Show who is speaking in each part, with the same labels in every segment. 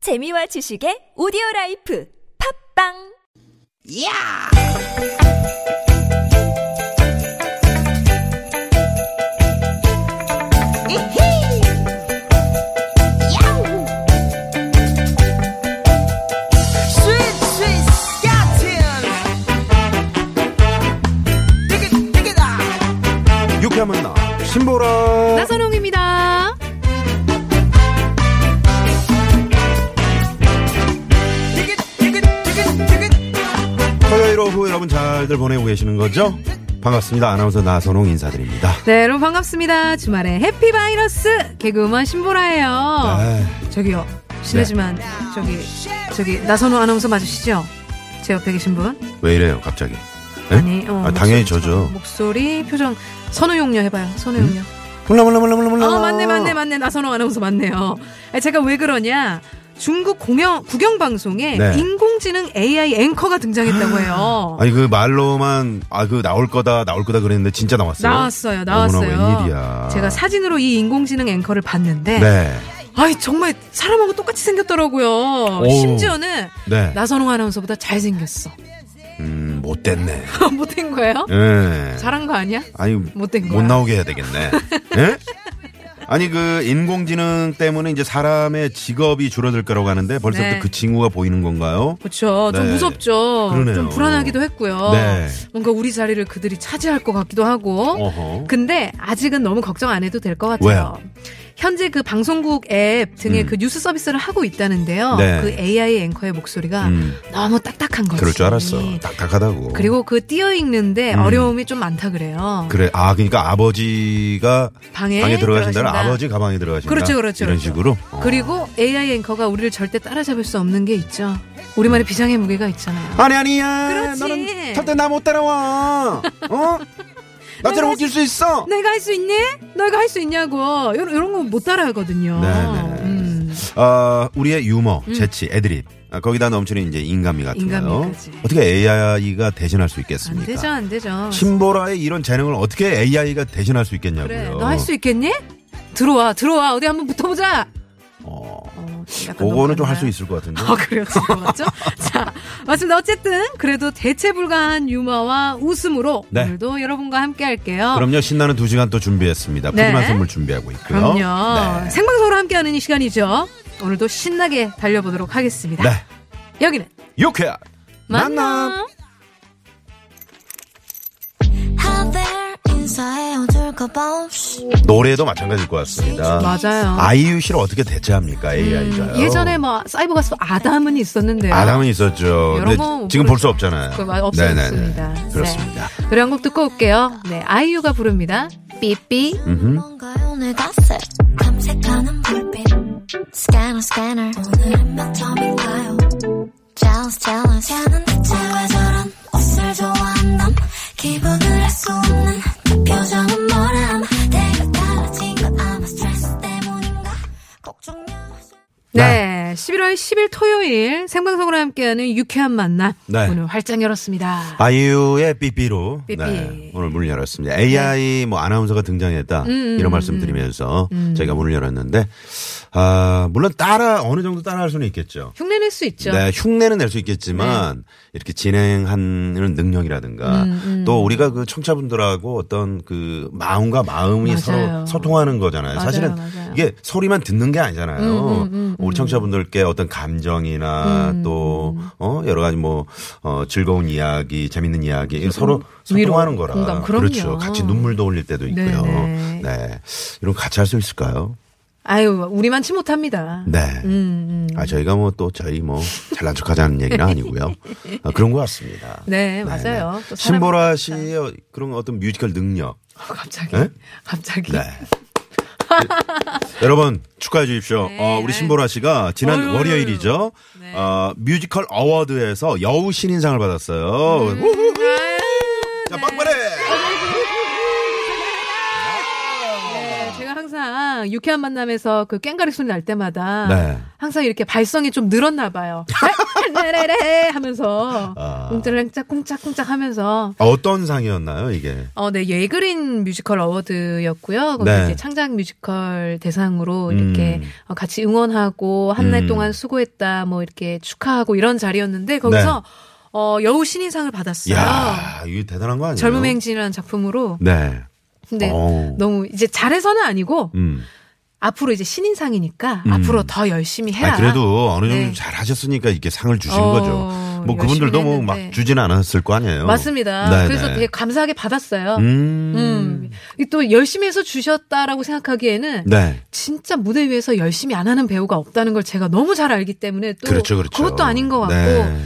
Speaker 1: 재미와 지식의 오디오 라이프 팝빵
Speaker 2: 야! 이히! 야우! 스윗 스윗 스캇틴! 디귿 디귿아!
Speaker 3: 유쾌한 만남 신보라
Speaker 4: 나선홍입니다.
Speaker 2: 디귿 디귿 디귿 디귿!
Speaker 3: 토요일 오후 여러분 잘들 보내고 계시는 거죠? 반갑습니다 아나운서 나선홍 인사드립니다
Speaker 4: 네, 여러분 반갑습니다. 주말에 해피 바이러스 개그우먼 신보라예요.
Speaker 3: 네.
Speaker 4: 저기요, 실례지만 저기 저기 나선호 아나운서 맞으시죠? 제 옆에 계신 분?
Speaker 3: 왜 이래요 갑자기 에?
Speaker 4: 아니, 어,
Speaker 3: 아, 당연히
Speaker 4: 목소리,
Speaker 3: 저죠
Speaker 4: 목소리, 표정, 선우 용녀 해봐요. 선우 용녀.
Speaker 3: 몰라 몰라 몰라 몰라 몰라
Speaker 4: 아, 맞네, 맞네, 맞네. 나선호 아나운서 맞네요. 아, 제가 왜 그러냐? 중국 공영 구경 방송에
Speaker 3: 네.
Speaker 4: 인공지능 AI 앵커가 등장했다고 해요.
Speaker 3: 아니 그 말로만 아 그 나올 거다 나올 거다 그랬는데 진짜 나왔어요
Speaker 4: 나왔어요, 나왔어요.
Speaker 3: 어머나 웬일이야
Speaker 4: 제가 사진으로 이 인공지능 앵커를 봤는데,
Speaker 3: 네.
Speaker 4: 아이 정말 사람하고 똑같이 생겼더라고요.
Speaker 3: 오.
Speaker 4: 심지어는
Speaker 3: 네.
Speaker 4: 나선홍 아나운서보다 잘 생겼어.
Speaker 3: 음, 못됐네
Speaker 4: 못된 거예요?
Speaker 3: 예.
Speaker 4: 잘한 거 아니야?
Speaker 3: 아니
Speaker 4: 못된 거야.
Speaker 3: 못 나오게 해야 되겠네. 예? 아니 그 인공지능 때문에 이제 사람의 직업이 줄어들 거라고 하는데 벌써부터
Speaker 4: 네.
Speaker 3: 그 징후가 보이는 건가요?
Speaker 4: 그렇죠. 좀
Speaker 3: 네.
Speaker 4: 무섭죠.
Speaker 3: 그러네요.
Speaker 4: 좀 불안하기도 했고요.
Speaker 3: 네.
Speaker 4: 뭔가 우리 자리를 그들이 차지할 것 같기도 하고.
Speaker 3: 어허.
Speaker 4: 근데 아직은 너무 걱정 안 해도 될 것 같아요.
Speaker 3: 왜요?
Speaker 4: 현재 그 방송국 앱 등의
Speaker 3: 음.
Speaker 4: 그 뉴스 서비스를 하고 있다는데요.
Speaker 3: 네.
Speaker 4: 그 AI 앵커의 목소리가
Speaker 3: 음,
Speaker 4: 너무 딱딱한 거지.
Speaker 3: 그럴 줄 알았어. 딱딱하다고.
Speaker 4: 그리고 그 띄어 읽는데
Speaker 3: 음.
Speaker 4: 어려움이 좀 많다 그래요.
Speaker 3: 그래. 아, 그러니까 아버지가
Speaker 4: 방에,
Speaker 3: 방에 들어가신다면
Speaker 4: 들어가신다.
Speaker 3: 아버지 가방에 들어가신다.
Speaker 4: 그렇죠, 그렇죠,
Speaker 3: 이런
Speaker 4: 그렇죠.
Speaker 3: 식으로. 어.
Speaker 4: 그리고 AI 앵커가 우리를 절대 따라잡을 수 없는 게 있죠. 우리만의 비장의 무게가 있잖아요.
Speaker 3: 아니 아니야.
Speaker 4: 그렇지.
Speaker 3: 너는 절대 나 못 따라와. 어? 나처럼 웃길 수 있어.
Speaker 4: 내가 할 수 있니? 너희가 할 수 있냐고. 이런, 이런 거 못 따라하거든요.
Speaker 3: 네, 네.
Speaker 4: 음.
Speaker 3: 아, 우리의 유머, 재치, 애드립. 아, 거기다 넘치는 이제 인간미 같은 거요.
Speaker 4: 인간미까지.
Speaker 3: 어떻게 AI가 대신할 수
Speaker 4: 안
Speaker 3: 있겠습니까?
Speaker 4: 되죠, 안 되죠.
Speaker 3: 신보라의 이런 재능을 어떻게 AI가 대신할 수 있겠냐고요.
Speaker 4: 그래. 너 할 수 있겠니? 들어와, 들어와. 어디 한번 붙어보자.
Speaker 3: 어,
Speaker 4: 어, 약간
Speaker 3: 그거는 좀
Speaker 4: 너무
Speaker 3: 할 수
Speaker 4: 그런가요?
Speaker 3: 있을 것 같은데.
Speaker 4: 아, 그래요? 진짜 맞죠? 자, 맞습니다. 어쨌든, 그래도 대체 불가한 유머와 웃음으로
Speaker 3: 네.
Speaker 4: 오늘도 여러분과 함께 할게요.
Speaker 3: 그럼요, 신나는 두 시간 또 준비했습니다.
Speaker 4: 네.
Speaker 3: 푸짐한 선물 준비하고 있고요.
Speaker 4: 그럼요.
Speaker 3: 네.
Speaker 4: 생방송으로 함께하는 이 시간이죠. 오늘도 신나게 달려보도록 하겠습니다.
Speaker 3: 네.
Speaker 4: 여기는
Speaker 3: 유쾌한 만남.
Speaker 4: 만남.
Speaker 5: 하늘 인사에 어둘까봐 없이
Speaker 3: 노래도 마찬가지일 것 같습니다.
Speaker 4: 맞아요. 음,
Speaker 3: 아이유 씨를 어떻게 대체합니까, AI가요?
Speaker 4: 예전에 뭐 사이버 가수 아담은 있었는데요.
Speaker 3: 아담은 있었죠.
Speaker 4: 여러
Speaker 3: 근데
Speaker 4: 번
Speaker 3: 지금
Speaker 4: 볼-
Speaker 3: 볼 수 없잖아요.
Speaker 4: 그 말- 없어졌습니다.
Speaker 3: 네네네.
Speaker 4: 네.
Speaker 3: 그렇습니다.
Speaker 4: 노래 한 곡 듣고 올게요. 네, 아이유가 부릅니다. 삐삐.
Speaker 3: 음흠.
Speaker 5: 뭔가요 내 가슴 탐색하는 불빛 스캐너 스캐너 오늘은 몇 점일까요 Jealous jealous 쟤는 대체 왜 저런 옷을 좋아한담 기분을 알 수 없는 내 표정은 뭐람 내가 달라진 건 아마 스트레스 때문인가 걱정 마
Speaker 4: 네. 11월 10일 토요일 생방송으로 함께하는 유쾌한 만남.
Speaker 3: 네.
Speaker 4: 오늘 활짝 열었습니다.
Speaker 3: 아이유의 삐삐로
Speaker 4: 삐삐.
Speaker 3: 네, 오늘 문을 열었습니다. AI 뭐 아나운서가 등장했다 이런 말씀 드리면서 저희가 문을 열었는데 아 물론 따라 어느 정도 따라할 수는 있겠죠.
Speaker 4: 흉내낼 수 있죠. 네.
Speaker 3: 네, 흉내는 낼 수 있겠지만 이렇게 진행하는
Speaker 4: 음,
Speaker 3: 능력이라든가 또 우리가 그 청자분들하고 어떤 그 마음과 마음이
Speaker 4: 맞아요.
Speaker 3: 서로 소통하는 거잖아요.
Speaker 4: 맞아요,
Speaker 3: 사실은
Speaker 4: 맞아요. 음,
Speaker 3: 이게 소리만 듣는 게 아니잖아요. 우리 청자분들께 어떤 감정이나
Speaker 4: 음.
Speaker 3: 또 어, 여러 가지 뭐 어, 즐거운 이야기, 재밌는 이야기 이게 서로
Speaker 4: 위로,
Speaker 3: 소통하는 거라.
Speaker 4: 공감, 그럼요.
Speaker 3: 그렇죠. 같이 눈물도 흘릴 때도 있고요.
Speaker 4: 네네.
Speaker 3: 네. 이런 거 같이 할 수 있을까요?
Speaker 4: 아유, 우리만치 못합니다.
Speaker 3: 네.
Speaker 4: 음, 음.
Speaker 3: 아 저희가 뭐 또 저희 뭐 잘난 척하자는 얘기는 아니고요. 아, 그런 것 같습니다.
Speaker 4: 네, 맞아요. 또 사람이
Speaker 3: 신보라 씨의 그런 어떤 뮤지컬 능력.
Speaker 4: 갑자기.
Speaker 3: 네?
Speaker 4: 갑자기.
Speaker 3: 네. 여러분 축하해 주십시오. 어, 우리 신보라 씨가 지난
Speaker 4: 네. 어휴. 네.
Speaker 3: 월요일이죠. 어, 뮤지컬 어워드에서 여우 신인상을 받았어요.
Speaker 4: 음.
Speaker 3: 우후. 자, 빵빠레.
Speaker 4: 네, 제가 항상 씨랑 유쾌한 만남에서 그 깽가리 소리 날 때마다
Speaker 3: 네.
Speaker 4: 항상 이렇게 발성이 좀 늘었나 봐요. 레레레 하면서
Speaker 3: 아.
Speaker 4: 웅짝랭짝 쿵짝쿵짝 하면서
Speaker 3: 아, 어떤 상이었나요, 이게?
Speaker 4: 어, 네, 예그린 뮤지컬 어워드였고요. 거기
Speaker 3: 네.
Speaker 4: 이제 창작 뮤지컬 대상으로 이렇게
Speaker 3: 음.
Speaker 4: 어, 같이 응원하고 한 날
Speaker 3: 음.
Speaker 4: 동안 수고했다, 뭐 이렇게 축하하고 이런 자리였는데 거기서 어, 여우 신인상을 받았어요.
Speaker 3: 네. 이야, 이거 대단한 거 아니에요?
Speaker 4: 젊음 행진이라는 작품으로.
Speaker 3: 네.
Speaker 4: 근데
Speaker 3: 어우.
Speaker 4: 너무 이제 잘해서는 아니고
Speaker 3: 음.
Speaker 4: 앞으로 이제 신인상이니까
Speaker 3: 음.
Speaker 4: 앞으로 더 열심히 해라.
Speaker 3: 아, 그래도 어느 정도
Speaker 4: 네.
Speaker 3: 잘 하셨으니까 이렇게 상을 주신
Speaker 4: 어,
Speaker 3: 거죠. 뭐
Speaker 4: 열심히
Speaker 3: 그분들도 뭐
Speaker 4: 했는데.
Speaker 3: 막 주진 않았을 거 아니에요.
Speaker 4: 맞습니다.
Speaker 3: 네,
Speaker 4: 그래서
Speaker 3: 네.
Speaker 4: 되게 감사하게 받았어요. 음.
Speaker 3: 음.
Speaker 4: 이또 열심히 해서 주셨다라고 생각하기에는
Speaker 3: 네.
Speaker 4: 진짜 무대 위에서 열심히 안 하는 배우가 없다는 걸 제가 너무 잘 알기 때문에 또
Speaker 3: 그렇죠, 그렇죠.
Speaker 4: 것도 아닌 것 같고
Speaker 3: 네.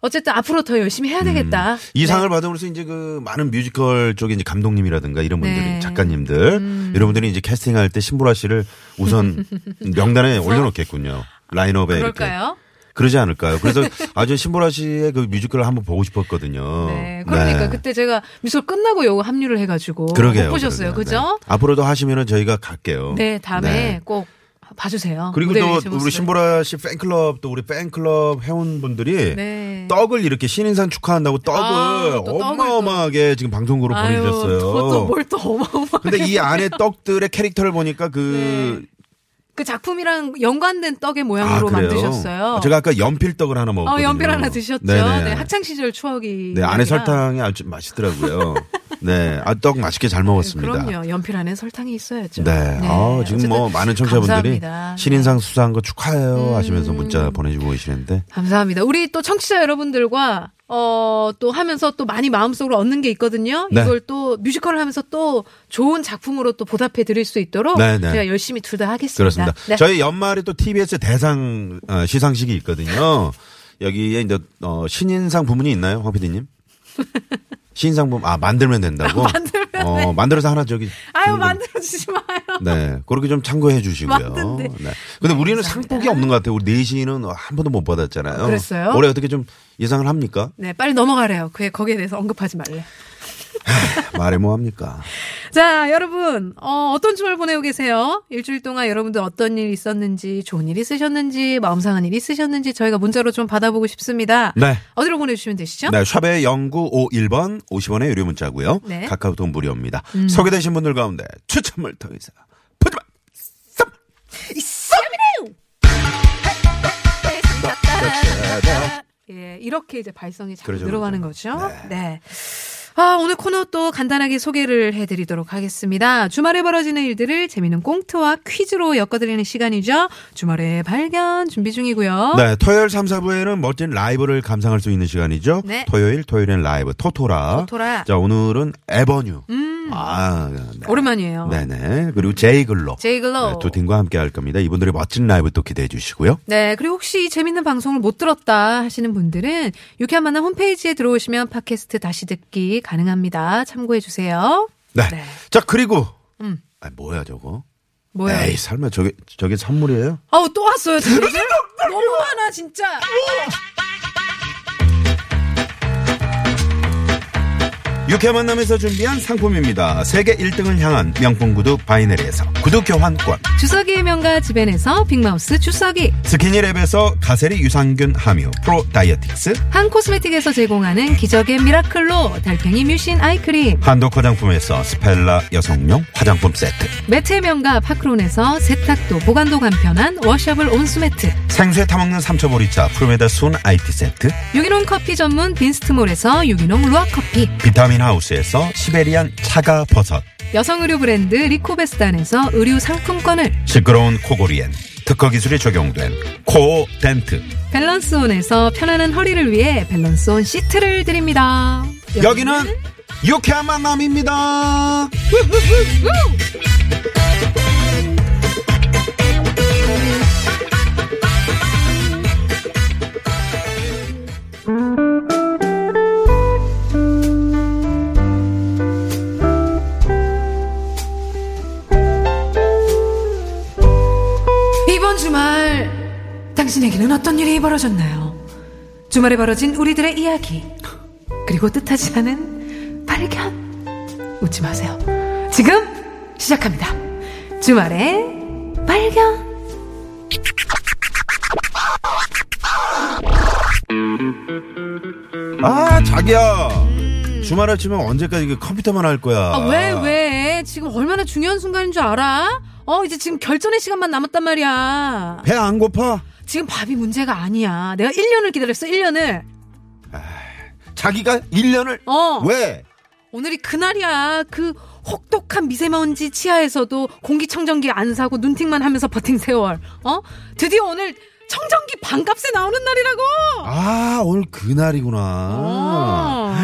Speaker 4: 어쨌든 앞으로 더 열심히 해야 되겠다. 네.
Speaker 3: 음. 이 상을 받으면서 이제 그 많은 뮤지컬 쪽에 이제 감독님이라든가 이런 분들이
Speaker 4: 네. 음.
Speaker 3: 작가님들 이런 분들이 이제 캐스팅할 때 신보라 씨를 우선 명단에 올려놓겠군요. 라인업에 네, 이렇게.
Speaker 4: 그럴까요?
Speaker 3: 그러지 않을까요? 그래서 아주 신보라 씨의 그 뮤지컬을 한번 보고 싶었거든요.
Speaker 4: 네. 그러니까
Speaker 3: 네.
Speaker 4: 그때 제가 미술 끝나고 요거 합류를 해가지고
Speaker 3: 그러게요.
Speaker 4: 못 보셨어요,
Speaker 3: 그러게요.
Speaker 4: 그죠?
Speaker 3: 네. 앞으로도 하시면은 저희가 갈게요.
Speaker 4: 네, 다음에
Speaker 3: 네.
Speaker 4: 꼭 봐주세요.
Speaker 3: 그리고
Speaker 4: 어, 무대 위에
Speaker 3: 또
Speaker 4: 제
Speaker 3: 우리
Speaker 4: 모습을.
Speaker 3: 신보라 씨 팬클럽 또 우리 팬클럽 회원분들이
Speaker 4: 네.
Speaker 3: 떡을 이렇게 신인상 축하한다고 떡을
Speaker 4: 아, 또 떡을 또.
Speaker 3: 어마어마하게 지금 방송국으로
Speaker 4: 아유,
Speaker 3: 보내주셨어요.
Speaker 4: 또뭘또 어마어마.
Speaker 3: 근데 이 안에 떡들의 캐릭터를 보니까 그
Speaker 4: 그 작품이랑 연관된 떡의
Speaker 3: 아,
Speaker 4: 모양으로
Speaker 3: 그래요?
Speaker 4: 네, 만드셨어요.
Speaker 3: 제가 아까 연필떡을 하나
Speaker 4: 어,
Speaker 3: 먹었거든요.
Speaker 4: 연필 하나 드셨죠?
Speaker 3: 네네.
Speaker 4: 네, 학창 시절 추억이.
Speaker 3: 네, 안에
Speaker 4: 아니라.
Speaker 3: 설탕이 아주 맛있더라고요. 네, 아, 떡 맛있게 잘 먹었습니다.
Speaker 4: 네, 그럼요. 연필 안에 설탕이 있어야죠.
Speaker 3: 네, 아, 지금 뭐
Speaker 4: 어쨌든
Speaker 3: 많은 청자분들이
Speaker 4: 감사합니다. 음.
Speaker 3: 신인상 수상한 거 축하해요 하시면서 문자 보내주고 계시는데
Speaker 4: 감사합니다. 우리 또 청취자 여러분들과 어, 또 하면서 또 많이 마음속으로 얻는 게 있거든요.
Speaker 3: 네.
Speaker 4: 이걸 또 뮤지컬을 하면서 또 좋은 작품으로 또 보답해 드릴 수 있도록
Speaker 3: 네, 네.
Speaker 4: 제가 열심히 둘 다 하겠습니다.
Speaker 3: 그렇습니다.
Speaker 4: 네.
Speaker 3: 저희 연말에 또 TBS 대상 어, 시상식이 있거든요. 여기에 이제 어, 신인상 부문이 있나요, 황 PD님? 신인상 부문 아 만들면 된다고. 만들면 어 만들어서 하나 저기.
Speaker 4: 네. 아유,
Speaker 3: 주는 거-
Speaker 4: 만들어 주지 마요.
Speaker 3: 네, 그렇게 좀 참고해 주시고요.
Speaker 4: 맞던데.
Speaker 3: 네. 근데 우리는 상복이 없는 것 같아요. 우리 내신은 한 번도 못 받았잖아요.
Speaker 4: 어, 그랬어요?
Speaker 3: 올해 어떻게 좀 예상을 합니까?
Speaker 4: 네, 빨리 넘어가래요. 그에 거기에 대해서 언급하지 말래.
Speaker 3: 말해 뭐 합니까?
Speaker 4: 자, 여러분, 어, 어떤 주말 보내고 계세요? 일주일 동안 여러분들 어떤 일 있었는지, 좋은 일 있으셨는지, 마음 상한 일 있으셨는지 저희가 문자로 좀 받아보고 싶습니다.
Speaker 3: 네.
Speaker 4: 어디로 보내주시면 되시죠?
Speaker 3: 네, 샵의 0951번 50원의 유료 문자고요.
Speaker 4: 네.
Speaker 3: 카카오톡 무료입니다. 소개되신 분들 가운데 추첨을 통해서 푸짐한 썸!
Speaker 4: 예, 이렇게 이제 발성이 자꾸
Speaker 3: 그러죠,
Speaker 4: 늘어가는 거죠. 네. 아, 오늘 코너 또 간단하게 소개를 해드리도록 하겠습니다. 주말에 벌어지는 일들을 재미있는 꽁트와 퀴즈로 엮어드리는 시간이죠. 주말에 발견 준비 중이고요.
Speaker 3: 네, 토요일 3, 4부에는 멋진 라이브를 감상할 수 있는 시간이죠.
Speaker 4: 네.
Speaker 3: 토요일, 토요일엔 라이브, 토토라.
Speaker 4: 토토라.
Speaker 3: 자, 오늘은 에버뉴. 아, 네.
Speaker 4: 오랜만이에요.
Speaker 3: 네네. 그리고 제이글로. 네,
Speaker 4: 제이글로.
Speaker 3: 두 팀과 함께 할 겁니다. 이분들의 멋진 라이브 또 기대해 주시고요.
Speaker 4: 네, 그리고 혹시 이 재밌는 방송을 못 들었다 하시는 분들은 유쾌한 만남 홈페이지에 들어오시면 팟캐스트 다시 듣기 가능합니다. 참고해 주세요.
Speaker 3: 네.
Speaker 4: 네.
Speaker 3: 자, 그리고. 아, 뭐야, 저거?
Speaker 4: 뭐야?
Speaker 3: 에이, 설마 저게, 저게 선물이에요?
Speaker 4: 아우 또 왔어요. 저희들? 너무 많아 진짜.
Speaker 3: 유쾌 만남에서 준비한 상품입니다. 세계 1등을 향한 명품 구두 바이네리에서 구두 교환권,
Speaker 4: 주석이의 명가 집엔에서 빅마우스 주석이,
Speaker 3: 스키니랩에서 가세리 유산균 함유, 프로 다이어틱스,
Speaker 4: 한 코스메틱에서 제공하는 기적의 미라클로 달팽이 뮤신 아이크림,
Speaker 3: 한독 화장품에서 스펠라 여성용 화장품 세트,
Speaker 4: 매트의 명가 파크론에서 세탁도 보관도 간편한 워셔블 온수매트,
Speaker 3: 생수에 타먹는 삼초보리차 프로메다 순 IT 세트,
Speaker 4: 유기농 커피 전문 빈스트몰에서 유기농 루아커피,
Speaker 3: 비타민 하우스에서 시베리안 차가 버섯,
Speaker 4: 여성 의류 브랜드 리코베스단에서 의류 상품권을
Speaker 3: 시끄러운 코골이엔 특허 기술이 적용된 코어 덴트.
Speaker 4: 밸런스온에서 편안한 허리를 위해 밸런스온 시트를 드립니다.
Speaker 3: 여기는 유쾌한 만남입니다.
Speaker 4: 이번 주말 당신에게는 어떤 일이 벌어졌나요? 주말에 벌어진 우리들의 이야기 그리고 뜻하지 않은 발견 웃지 마세요. 지금 시작합니다. 주말에 발견.
Speaker 3: 아, 자기야. 주말에 치면 언제까지 그 컴퓨터만 할 거야.
Speaker 4: 음. 아, 왜, 왜? 지금 얼마나 중요한 순간인 줄 알아? 어, 이제 지금 결전의 시간만 남았단 말이야.
Speaker 3: 배 안 고파?
Speaker 4: 지금 밥이 문제가 아니야. 내가 1년을 기다렸어, 1년을.
Speaker 3: 자기가 1년을
Speaker 4: 어.
Speaker 3: 왜?
Speaker 4: 오늘이 그날이야. 그 혹독한 미세먼지 치하에서도 공기청정기 안 사고 눈팅만 하면서 버틴 세월. 어? 드디어 오늘 청정기 반값에 나오는 날이라고!
Speaker 3: 아, 오늘 그날이구나.
Speaker 4: 어.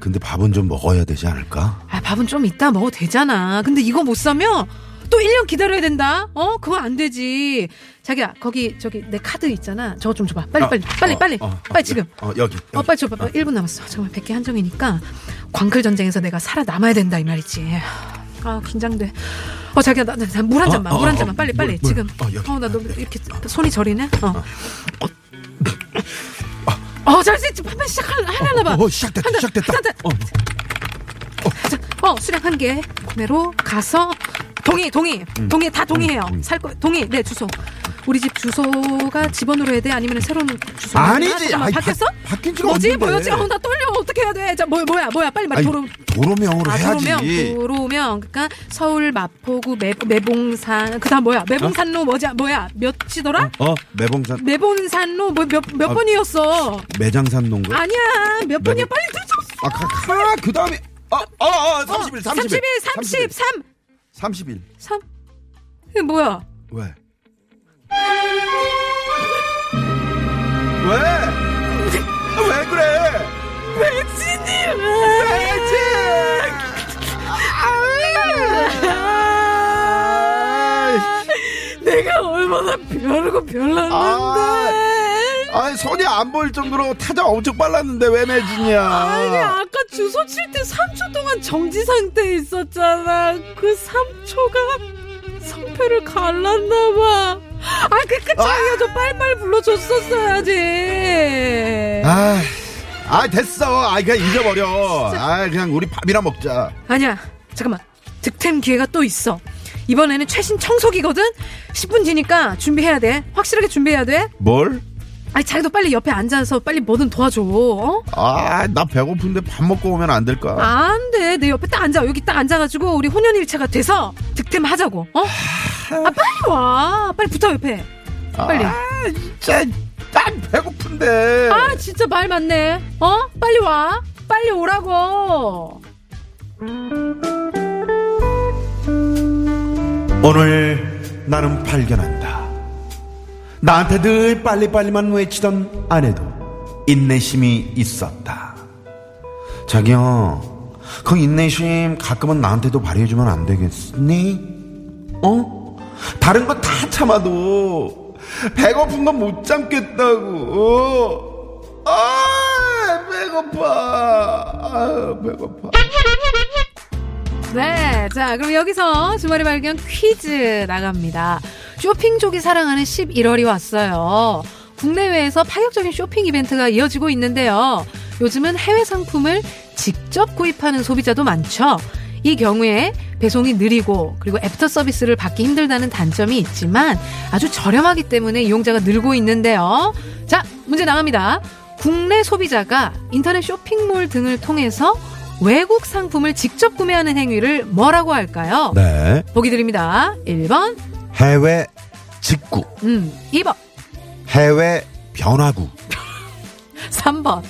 Speaker 3: 근데 밥은 좀 먹어야 되지 않을까?
Speaker 4: 아, 밥은 좀 이따 먹어도 되잖아. 근데 이거 못 사면 또 1년 기다려야 된다? 어? 그거 안 되지. 자기야, 거기, 저기, 내 카드 있잖아. 저거 좀 줘봐. 빨리,
Speaker 3: 아,
Speaker 4: 빨리, 빨리,
Speaker 3: 어,
Speaker 4: 빨리.
Speaker 3: 어, 어,
Speaker 4: 빨리 지금.
Speaker 3: 어, 여기.
Speaker 4: 어,
Speaker 3: 여기.
Speaker 4: 빨리 줘봐. 빨리. 1분 남았어. 정말 100개 한정이니까. 광클 전쟁에서 내가 살아남아야 된다, 이 말이지. 아, 긴장돼. 어, 자기야, 나, 나, 물한 잔만,
Speaker 3: 어,
Speaker 4: 물 한
Speaker 3: 어,
Speaker 4: 잔만. 빨리,
Speaker 3: 물,
Speaker 4: 빨리.
Speaker 3: 물.
Speaker 4: 지금.
Speaker 3: 어, 여기.
Speaker 4: 나 너무 이렇게 손이 저리네? 어. 어, 잘수 있지. 판매 시작하려나 봐.
Speaker 3: 어, 어, 시작됐다,
Speaker 4: 한다,
Speaker 3: 시작됐다.
Speaker 4: 한다.
Speaker 3: 어,
Speaker 4: 자, 어, 수량 한 개. 구매로 가서 동의, 동의.
Speaker 3: 음.
Speaker 4: 동의 다 동의해요. 살 거, 동의. 네, 주소. 우리 집 주소가 집어넣어야 돼? 아니면 새로운 주소?
Speaker 3: 아니지.
Speaker 4: 잠깐만,
Speaker 3: 아이,
Speaker 4: 바뀌었어?
Speaker 3: 바- 바뀐 지가
Speaker 4: 뭐지?
Speaker 3: 없는데.
Speaker 4: 뭐였지? 어, 나 떨려. 어떻게 해야 돼? 자, 뭐, 뭐야, 뭐야. 빨리 말해.
Speaker 3: 아니,
Speaker 4: 도로.
Speaker 3: 도로명으로
Speaker 4: 아,
Speaker 3: 해야지.
Speaker 4: 도로명, 도로명. 그러니까 서울 마포구 매, 매봉산. 그 다음 뭐야? 매봉산로 뭐지? 뭐야? 몇이더라?
Speaker 3: 어, 매봉산
Speaker 4: 매봉산로 뭐, 몇, 몇
Speaker 3: 아,
Speaker 4: 번이었어?
Speaker 3: 매장산 농구.
Speaker 4: 아니야. 몇 번이야? 빨리 들춰.
Speaker 3: 아, 가, 가, 그다음에 어, 어, 어, 31, 31.
Speaker 4: 31, 33.
Speaker 3: 31.
Speaker 4: 3. 이게 뭐야?
Speaker 3: 왜? 왜? 아, 왜 그래?
Speaker 4: 백지님!
Speaker 3: 아,
Speaker 4: 내가 얼마나 별고 별났는데!
Speaker 3: 아, 손이 안 보일 정도로 타자 엄청 빨랐는데 왜
Speaker 4: 아니,
Speaker 3: 매진이야?
Speaker 4: 아까 주소 칠 때 3초 동안 정지 상태에 있었잖아. 그 3초가 성패를 갈랐나봐. 아, 그 끝장이야. 저 빨빨 불러줬었어야지.
Speaker 3: 아, 아 됐어. 아, 그냥 잊어버려. 아, 그냥 우리 밥이나 먹자.
Speaker 4: 아니야. 잠깐만. 득템 기회가 또 있어. 이번에는 최신 청소기거든? 10분 지니까 준비해야 돼. 확실하게 준비해야 돼.
Speaker 3: 뭘?
Speaker 4: 아니 자기도 빨리 옆에 앉아서 빨리 뭐든 도와줘. 어?
Speaker 3: 아, 나 배고픈데 밥 먹고 오면 안 될까?
Speaker 4: 안 돼. 내 옆에 딱 앉아. 여기 딱 앉아가지고 우리 혼연일체가 돼서 득템하자고. 어? 아 빨리 와. 빨리 붙어 옆에. 빨리.
Speaker 3: 아, 진짜 난 배고픈데.
Speaker 4: 아 진짜 말 맞네. 어? 빨리 와. 빨리 오라고.
Speaker 3: 오늘 나는 발견한다. 나한테 늘 빨리빨리만 외치던 아내도 인내심이 있었다. 자기야, 그 인내심 가끔은 나한테도 발휘해주면 안 되겠니? 어? 다른 거 다 참아도 배고픈 건 못 참겠다고. 아, 배고파. 아, 배고파.
Speaker 4: 네. 자 그럼 여기서 주말의 발견 퀴즈 나갑니다. 쇼핑족이 사랑하는 11월이 왔어요. 국내외에서 파격적인 쇼핑 이벤트가 이어지고 있는데요. 요즘은 해외 상품을 직접 구입하는 소비자도 많죠. 이 경우에 배송이 느리고 그리고 애프터 서비스를 받기 힘들다는 단점이 있지만 아주 저렴하기 때문에 이용자가 늘고 있는데요. 자, 문제 나갑니다. 국내 소비자가 인터넷 쇼핑몰 등을 통해서 외국 상품을 직접 구매하는 행위를 뭐라고 할까요?
Speaker 3: 네.
Speaker 4: 보기 드립니다. 1번,
Speaker 3: 해외 직구.
Speaker 4: 음, 2번,
Speaker 3: 해외 변화구,
Speaker 4: 3번,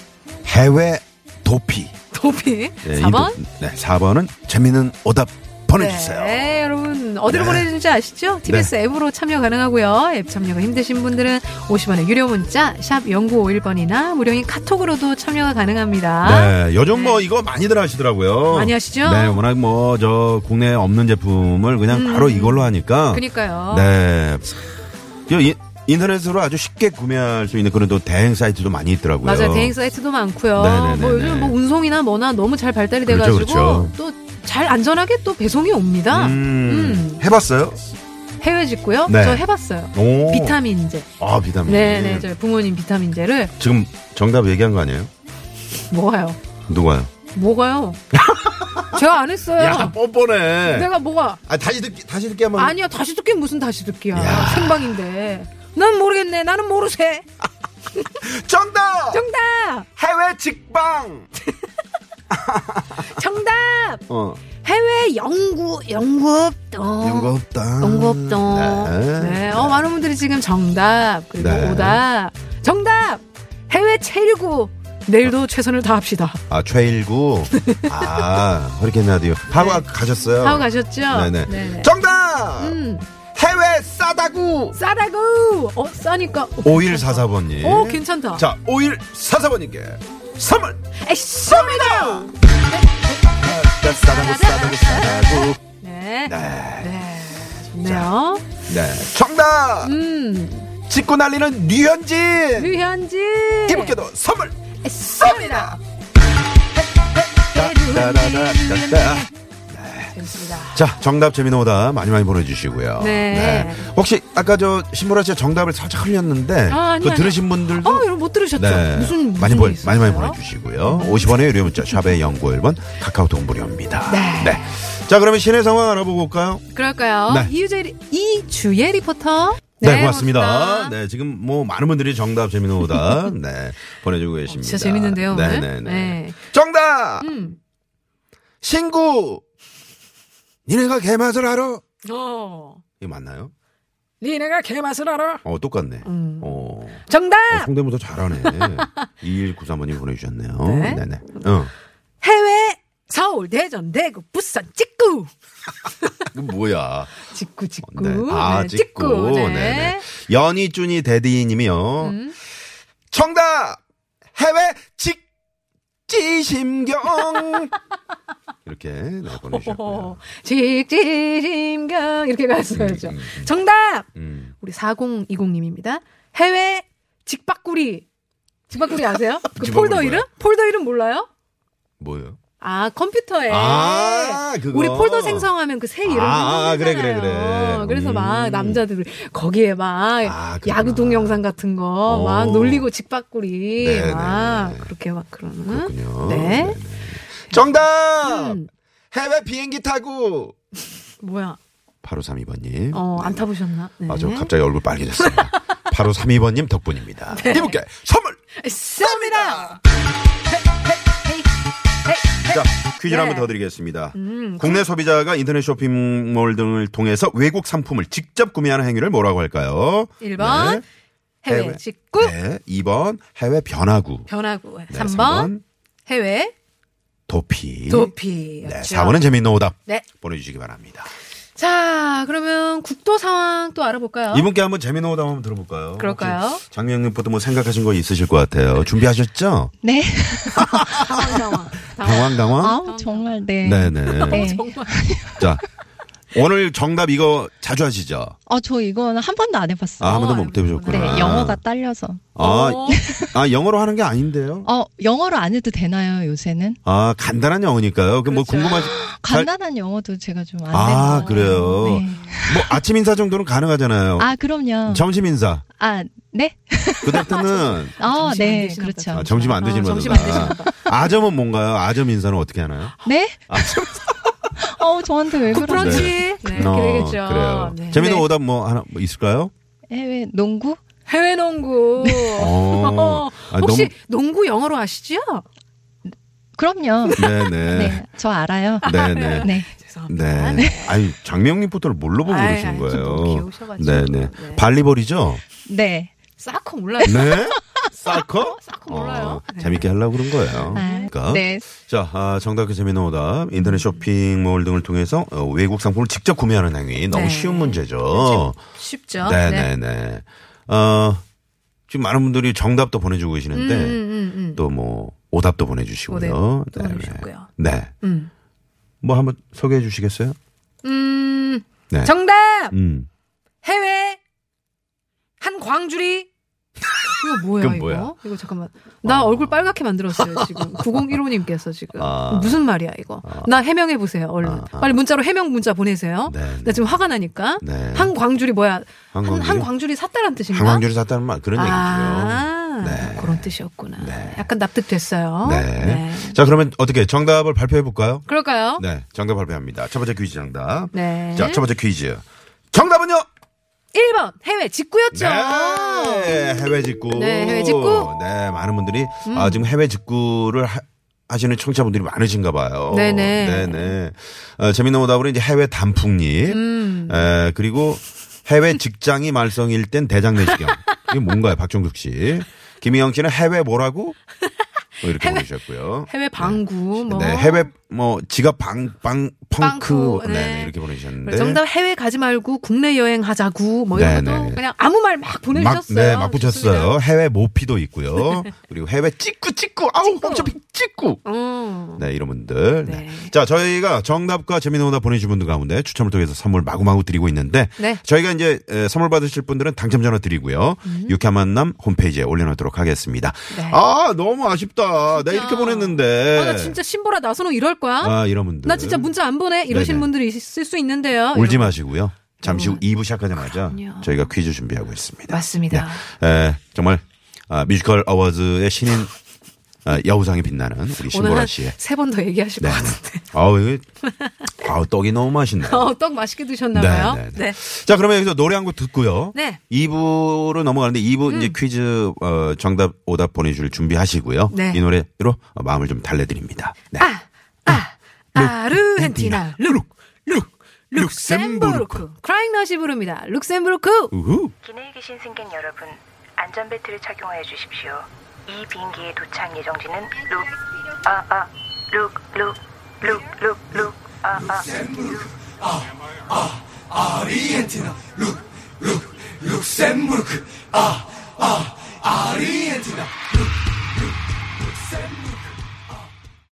Speaker 3: 해외 도피.
Speaker 4: 도피,
Speaker 3: 네,
Speaker 4: 4번.
Speaker 3: 이분- 네, 4번은 재미있는 오답 보내주세요.
Speaker 4: 네, 여러분 어디로
Speaker 3: 네.
Speaker 4: 보내주는지 아시죠? TBS 앱으로 참여 가능하고요. 앱 참여가 힘드신 분들은 50원의 유료 문자 샵 0951번이나 무료인 카톡으로도 참여가 가능합니다.
Speaker 3: 네, 요즘 뭐 이거 많이들 하시더라고요.
Speaker 4: 아? 많이 하시죠?
Speaker 3: 네, 워낙 뭐 저 국내에 없는 제품을 그냥
Speaker 4: 음.
Speaker 3: 바로 이걸로 하니까.
Speaker 4: 그러니까요.
Speaker 3: 네. 이- 이- 인터넷으로 아주 쉽게 구매할 수 있는 그런 또 대행 사이트도 많이 있더라고요.
Speaker 4: 맞아요. 대행 사이트도 많고요.
Speaker 3: 네네네네.
Speaker 4: 뭐 요즘 뭐 운송이나 뭐나 너무 잘 발달이 돼가지고
Speaker 3: 그렇죠, 그렇죠.
Speaker 4: 또 잘 안전하게 또 배송이 옵니다.
Speaker 3: 음,
Speaker 4: 음.
Speaker 3: 해봤어요?
Speaker 4: 해외 직구요.
Speaker 3: 네.
Speaker 4: 저 해봤어요.
Speaker 3: 오.
Speaker 4: 비타민제.
Speaker 3: 아, 비타민.
Speaker 4: 네네. 저희 부모님 비타민제를
Speaker 3: 지금 정답 얘기한 거 아니에요?
Speaker 4: 먹어요.
Speaker 3: 누가요?
Speaker 4: 먹어요. 제가 안 했어요.
Speaker 3: 야, 뻔뻔해.
Speaker 4: 내가 뭐가
Speaker 3: 아, 다시 듣기, 다시 듣기 한번.
Speaker 4: 아니야 다시 듣기 무슨 다시 듣기야 생방인데 난 모르겠네 나는 모르세
Speaker 3: 정답!
Speaker 4: 정답
Speaker 3: 해외 직방!
Speaker 4: 정답
Speaker 3: 어.
Speaker 4: 해외 연구 연구업동
Speaker 3: 연구 없다.
Speaker 4: 연구업동
Speaker 3: 네.
Speaker 4: 네어 많은 분들이 지금 정답 그리고
Speaker 3: 네.
Speaker 4: 오답 정답 해외 체일구 내일도 최선을 다합시다
Speaker 3: 아, 최일구. 아, 허리케인 라디오. 하고 아- 가셨어요.
Speaker 4: 네. 하고 가셨죠
Speaker 3: 네네.
Speaker 4: 네네.
Speaker 3: 정답!
Speaker 4: 음
Speaker 3: 해외 싸다구!
Speaker 4: 싸다구 어 싸니까 어,
Speaker 3: 5144번님.
Speaker 4: 오 괜찮다
Speaker 3: 네. 자, 5144번님께 선물!
Speaker 4: 에이씨
Speaker 3: 네, 싸다구, 싸다구, 싸다구.
Speaker 4: 네.
Speaker 3: 네.
Speaker 4: 네. 좋네요.
Speaker 3: 네. 정답!
Speaker 4: 음, 네.
Speaker 3: 짚고 날리는 류현진!
Speaker 4: 류현진.
Speaker 3: 이분께도 선물!
Speaker 4: 쏩니다. 네,
Speaker 3: 네. 따다다다다. 네.
Speaker 4: 좋습니다.
Speaker 3: 자, 정답 재미는 오다 많이 많이 보내주시고요.
Speaker 4: 네.
Speaker 3: 혹시 아까 저 신보라 씨가 정답을 살짝 흘렸는데
Speaker 4: 아, 아니,
Speaker 3: 그
Speaker 4: 아니.
Speaker 3: 들으신 분들도
Speaker 4: 아, 여러분 못 들으셨죠?
Speaker 3: 네.
Speaker 4: 무슨, 무슨
Speaker 3: 많이
Speaker 4: 일이
Speaker 3: 보,
Speaker 4: 있었어요?
Speaker 3: 많이 많이 보내주시고요. 50원의 유료 문자 샵의 연구 1번 카카오톡 무료입니다.
Speaker 4: 네.
Speaker 3: 자, 그러면 시내 상황 알아보고 올까요?
Speaker 4: 그럴까요?
Speaker 3: 네.
Speaker 4: 이유재, 이주예 리포터.
Speaker 3: 네, 고맙습니다. 네, 지금 뭐 많은 분들이 정답 재미는 오다 네 보내주고 계십니다.
Speaker 4: 어, 진짜 재밌는데요,
Speaker 3: 네,
Speaker 4: 오늘?
Speaker 3: 네, 네.
Speaker 4: 네.
Speaker 3: 정답
Speaker 4: 음.
Speaker 3: 신구. 니네가 개맛을 알아?
Speaker 4: 어.
Speaker 3: 이거 맞나요?
Speaker 4: 니네가 개맛을 알아.
Speaker 3: 어 똑같네.
Speaker 4: 음.
Speaker 3: 어.
Speaker 4: 정답!
Speaker 3: 어, 성대모사 잘하네. 2193번님 보내주셨네요.
Speaker 4: 네.
Speaker 3: 네네. 어.
Speaker 4: 해외, 서울, 대전, 대구, 부산, 직구!
Speaker 3: 그 뭐야.
Speaker 4: 직구, 직구.
Speaker 3: 네. 아,
Speaker 4: 네,
Speaker 3: 찍고.
Speaker 4: 네. 음.
Speaker 3: 네네. 어, 연희준이 데디님이요. 정답! 해외 직, 지심경! 이렇게 네, 보내주셨고요.
Speaker 4: 오, 직지심경 이렇게 갔어야죠.
Speaker 3: 음, 음, 음.
Speaker 4: 정답
Speaker 3: 음.
Speaker 4: 우리 4020님입니다. 해외 직박구리 직박구리 아세요? 그
Speaker 3: 직박구리
Speaker 4: 폴더
Speaker 3: 뭐야?
Speaker 4: 이름? 폴더 이름 몰라요?
Speaker 3: 뭐예요?
Speaker 4: 아 컴퓨터에
Speaker 3: 아, 그거.
Speaker 4: 우리 폴더 생성하면 그 새 이름
Speaker 3: 아, 아, 그래, 그래,
Speaker 4: 생성하잖아요.
Speaker 3: 그래.
Speaker 4: 그래서 막
Speaker 3: 음.
Speaker 4: 남자들 거기에 막
Speaker 3: 아, 그렇구나.
Speaker 4: 야구 동영상 같은 거 막
Speaker 3: 오.
Speaker 4: 놀리고 직박구리
Speaker 3: 네, 네,
Speaker 4: 막
Speaker 3: 네.
Speaker 4: 그렇게 막 그러는
Speaker 3: 그렇군요.
Speaker 4: 네.
Speaker 3: 네네. 정답!
Speaker 4: 음.
Speaker 3: 해외 비행기 타고!
Speaker 4: 뭐야?
Speaker 3: 8532번님.
Speaker 4: 어 안 타보셨나? 네.
Speaker 3: 아저 갑자기 얼굴 빨개졌습니다. 바로 32번님 덕분입니다.
Speaker 4: 네.
Speaker 3: 이분께 선물!
Speaker 4: 쏩니다.
Speaker 3: 자, 퀴즈
Speaker 4: 네.
Speaker 3: 를 한 번 더 드리겠습니다.
Speaker 4: 음,
Speaker 3: 국내 소비자가 인터넷 쇼핑몰 등을 통해서 외국 상품을 직접 구매하는 행위를 뭐라고 할까요? 네.
Speaker 4: 1번 해외
Speaker 3: 해외.
Speaker 4: 직구
Speaker 3: 네. 2번 해외 변화구.
Speaker 4: 변화구
Speaker 3: 네,
Speaker 4: 3번,
Speaker 3: 삼번
Speaker 4: 해외
Speaker 3: 도피.
Speaker 4: 도피 그렇죠.
Speaker 3: 네, 4번은 재미있는 오답
Speaker 4: 네.
Speaker 3: 보내주시기 바랍니다.
Speaker 4: 자 그러면 국도 상황 또 알아볼까요?
Speaker 3: 이분께 한번 재미있는 오답 한번 들어볼까요?
Speaker 4: 어? 그럴까요?
Speaker 3: 장명님부터 뭐 생각하신 거 있으실 것 같아요. 준비하셨죠?
Speaker 6: 네.
Speaker 4: 상황 상황 어?
Speaker 3: 당황, 당황.
Speaker 6: 아우, 정말, 네.
Speaker 3: 어? 네네.
Speaker 6: 네.
Speaker 3: 자, 오늘 정답 이거 자주 하시죠?
Speaker 6: 아, 저 이거는 한 번도 안 해봤어요.
Speaker 3: 아, 한 번도
Speaker 4: 어,
Speaker 3: 못 해보셨구나.
Speaker 6: 네, 영어가 딸려서.
Speaker 3: 아,
Speaker 4: 어.
Speaker 3: 아, 영어로 하는 게 아닌데요?
Speaker 6: 어, 영어로 안 해도 되나요, 요새는?
Speaker 3: 아, 간단한 영어니까요. 그뭐
Speaker 4: 그렇죠.
Speaker 3: 궁금하지. 잘-
Speaker 6: 간단한 영어도 제가 좀 안 되는
Speaker 3: 아,
Speaker 6: 거.
Speaker 3: 그래요? 어.
Speaker 6: 네.
Speaker 3: 뭐 아침 인사 정도는 가능하잖아요.
Speaker 6: 아,
Speaker 4: 어.
Speaker 6: 그럼요.
Speaker 3: 점심 인사.
Speaker 6: 아, 네?
Speaker 3: 그때부터는
Speaker 4: 점심
Speaker 6: 아,
Speaker 4: 어, 안
Speaker 6: 네,
Speaker 4: 드시나
Speaker 6: 그렇죠.
Speaker 4: 보다.
Speaker 3: 아, 점심 안
Speaker 4: 아,
Speaker 3: 드시는
Speaker 4: 점심
Speaker 3: 거구나.
Speaker 4: 안 드시나
Speaker 3: 아점은 뭔가요? 아점 인사는 어떻게 하나요?
Speaker 6: 네?
Speaker 3: 아,
Speaker 6: 어, 저한테 왜 그러세요?
Speaker 4: 굿브런치 네.
Speaker 3: 어,
Speaker 4: 이렇게 되겠죠.
Speaker 3: 그래요.
Speaker 4: 네.
Speaker 3: 재미있는
Speaker 6: 네.
Speaker 3: 오답 뭐 하나 뭐 있을까요?
Speaker 6: 해외 네. 농구?
Speaker 4: 해외 농구
Speaker 3: 어. 아,
Speaker 4: 혹시 농구 영어로 아시죠?
Speaker 6: 그럼요.
Speaker 3: 너무...
Speaker 6: 네,
Speaker 3: 네네.
Speaker 6: 저 알아요.
Speaker 3: 네네.
Speaker 6: 네.
Speaker 4: 죄송합니다.
Speaker 3: 네. 아니, 장명님 포털을 뭘로 보고
Speaker 4: 아이,
Speaker 3: 그러시는
Speaker 4: 아이, 너무
Speaker 3: 거예요?
Speaker 4: 귀여우셔가지고.
Speaker 3: 네네.
Speaker 4: 네.
Speaker 3: 발리볼이죠?
Speaker 6: 네.
Speaker 4: 사커 몰라요.
Speaker 3: 네? 사커?
Speaker 4: 사커 몰라요. 네.
Speaker 3: 재밌게 하려고 그런 거예요.
Speaker 6: 아,
Speaker 3: 그러니까.
Speaker 6: 네.
Speaker 3: 자, 아, 정답과 재미있는 오답. 인터넷 쇼핑몰 등을 통해서 어, 외국 상품을 직접 구매하는 행위. 너무
Speaker 4: 네. 그렇죠.
Speaker 3: 쉬운 문제죠.
Speaker 4: 쉽죠.
Speaker 3: 네네네. 어, 지금 많은 분들이 정답도 보내주고 계시는데,
Speaker 4: 음, 음, 음.
Speaker 3: 또 뭐, 오답도 보내주시고요.
Speaker 4: 오답도 보내주셨고요.
Speaker 3: 네.
Speaker 4: 음.
Speaker 3: 뭐 한번 소개해 주시겠어요?
Speaker 4: 음,
Speaker 3: 네.
Speaker 4: 정답!
Speaker 3: 음.
Speaker 4: 해외 한 광주리 이거 뭐야
Speaker 3: 그건
Speaker 4: 이거?
Speaker 3: 뭐야? 어.
Speaker 4: 이거 잠깐만 나 얼굴 빨갛게 만들었어요 지금 9015님께서 지금
Speaker 3: 아.
Speaker 4: 무슨 말이야 이거 나 해명해 보세요 얼른
Speaker 3: 아, 아.
Speaker 4: 빨리 문자로 해명 문자 보내세요
Speaker 3: 네, 네.
Speaker 4: 어? 나 지금 화가 나니까
Speaker 3: 네.
Speaker 4: 한 광주리 뭐야 한,
Speaker 3: 한광주리?
Speaker 4: 한 광주리 샀다란 뜻인가
Speaker 3: 한광주리 샀다는 말 그런
Speaker 4: 아 그런 뜻이었구나. 약간 납득됐어요.
Speaker 3: 네.
Speaker 4: 네.
Speaker 3: 자, 그러면 어떻게 정답을 발표해 볼까요?
Speaker 4: 그럴까요?
Speaker 3: 네. 정답 발표합니다. 첫 번째 퀴즈 정답.
Speaker 4: 어? 네.
Speaker 3: 자, 첫 번째 퀴즈. 정답은요?
Speaker 4: 1번 해외 직구였죠.
Speaker 3: 네. 해외 직구.
Speaker 4: 네, 해외 직구. 음.
Speaker 3: 네, 많은 분들이 아, 지금 해외 직구를 하, 하시는 청취자분들이 많으신가 봐요.
Speaker 4: 네네.
Speaker 3: 네네. 어, 재밌는 오답으로 이제 해외 단풍잎.
Speaker 4: 음.
Speaker 3: 에, 그리고 해외 직장이 말썽일 땐 대장내시경. 이게 뭔가요, 박종숙 씨? 김희영 씨는 해외 뭐라고? 뭐 이렇게 보내주셨고요.
Speaker 4: 해외 방구 뭐.
Speaker 3: 네, 해외 뭐 지갑 방방 펑크
Speaker 4: 빵꾸,
Speaker 3: 네.
Speaker 4: 네.
Speaker 3: 네, 이렇게 보내주셨는데
Speaker 4: 정답 해외 가지 말고 국내 여행 하자구 뭐 이런
Speaker 3: 네,
Speaker 4: 것도
Speaker 3: 네, 네.
Speaker 4: 그냥 아무 말 막
Speaker 3: 막,
Speaker 4: 보내주셨어요.
Speaker 3: 네, 막
Speaker 4: 좋습니다. 네.
Speaker 3: 붙였어요. 해외 모피도 있고요. 그리고 해외 찍구 찍구 아우 엄청 찍구.
Speaker 4: 어.
Speaker 3: 네, 이런 분들. 네.
Speaker 4: 네.
Speaker 3: 자, 저희가 정답과 재미있는 오답 보내주신 분들 가운데 추첨을 통해서 선물 마구마구 드리고 있는데
Speaker 4: 네.
Speaker 3: 저희가 이제 에, 선물 받으실 분들은 당첨 전화 드리고요. 유쾌한 만남 홈페이지에 올려놓도록 하겠습니다.
Speaker 4: 음. 네.
Speaker 3: 아, 너무 아쉽다. 내가 이렇게 보냈는데.
Speaker 4: 아, 나 진짜 신보라 나선호 이럴 거야.
Speaker 3: 네. 아, 이런 분들.
Speaker 4: 나 진짜 문자 안 보내 이러신
Speaker 3: 네네.
Speaker 4: 분들이 있을 수 있는데요.
Speaker 3: 울지
Speaker 4: 아, 이런-
Speaker 3: 마시고요. 잠시 후 2부 시작하자마자
Speaker 4: 아, 그럼요.
Speaker 3: 저희가 퀴즈 준비하고 있습니다.
Speaker 4: 맞습니다.
Speaker 3: 예, 정말 아, 뮤지컬 어워즈의 신인 아, 여우상에 빛나는 우리
Speaker 4: 오늘
Speaker 3: 신보라
Speaker 4: 한 아,
Speaker 3: 씨의.
Speaker 4: 세 번 더 얘기하실
Speaker 3: 네.
Speaker 4: 것 같은데.
Speaker 3: 아우, 이거- 아우, 떡이 너무 맛있네.
Speaker 4: 어, 떡 맛있게 드셨나봐요.
Speaker 3: 네,
Speaker 4: 네,
Speaker 3: 네, 네. 자, 그러면 여기서 노래 한 곡 듣고요.
Speaker 4: 네. 음.
Speaker 3: 2부로 넘어가는데 2부 이제 퀴즈 어, 정답 오답 보내줄 준비하시고요.
Speaker 4: 네.
Speaker 3: 이 노래로 마음을 좀 달래드립니다. 네.
Speaker 4: 아, 아, 아르헨티나, 룩, 룩, 룩셈부르크. 크라잉넛이 부릅니다. 룩셈부르크.
Speaker 3: 우후.
Speaker 7: 기내에 계신 승객 여러분, 안전벨트를 착용하여 주십시오. 이 비행기의 도착 예정지는 룩, 아, 아, 룩, 룩, 룩, 룩, 룩, 아, 아.
Speaker 8: 아르헨티나 룩, 룩, 룩셈부르크 아,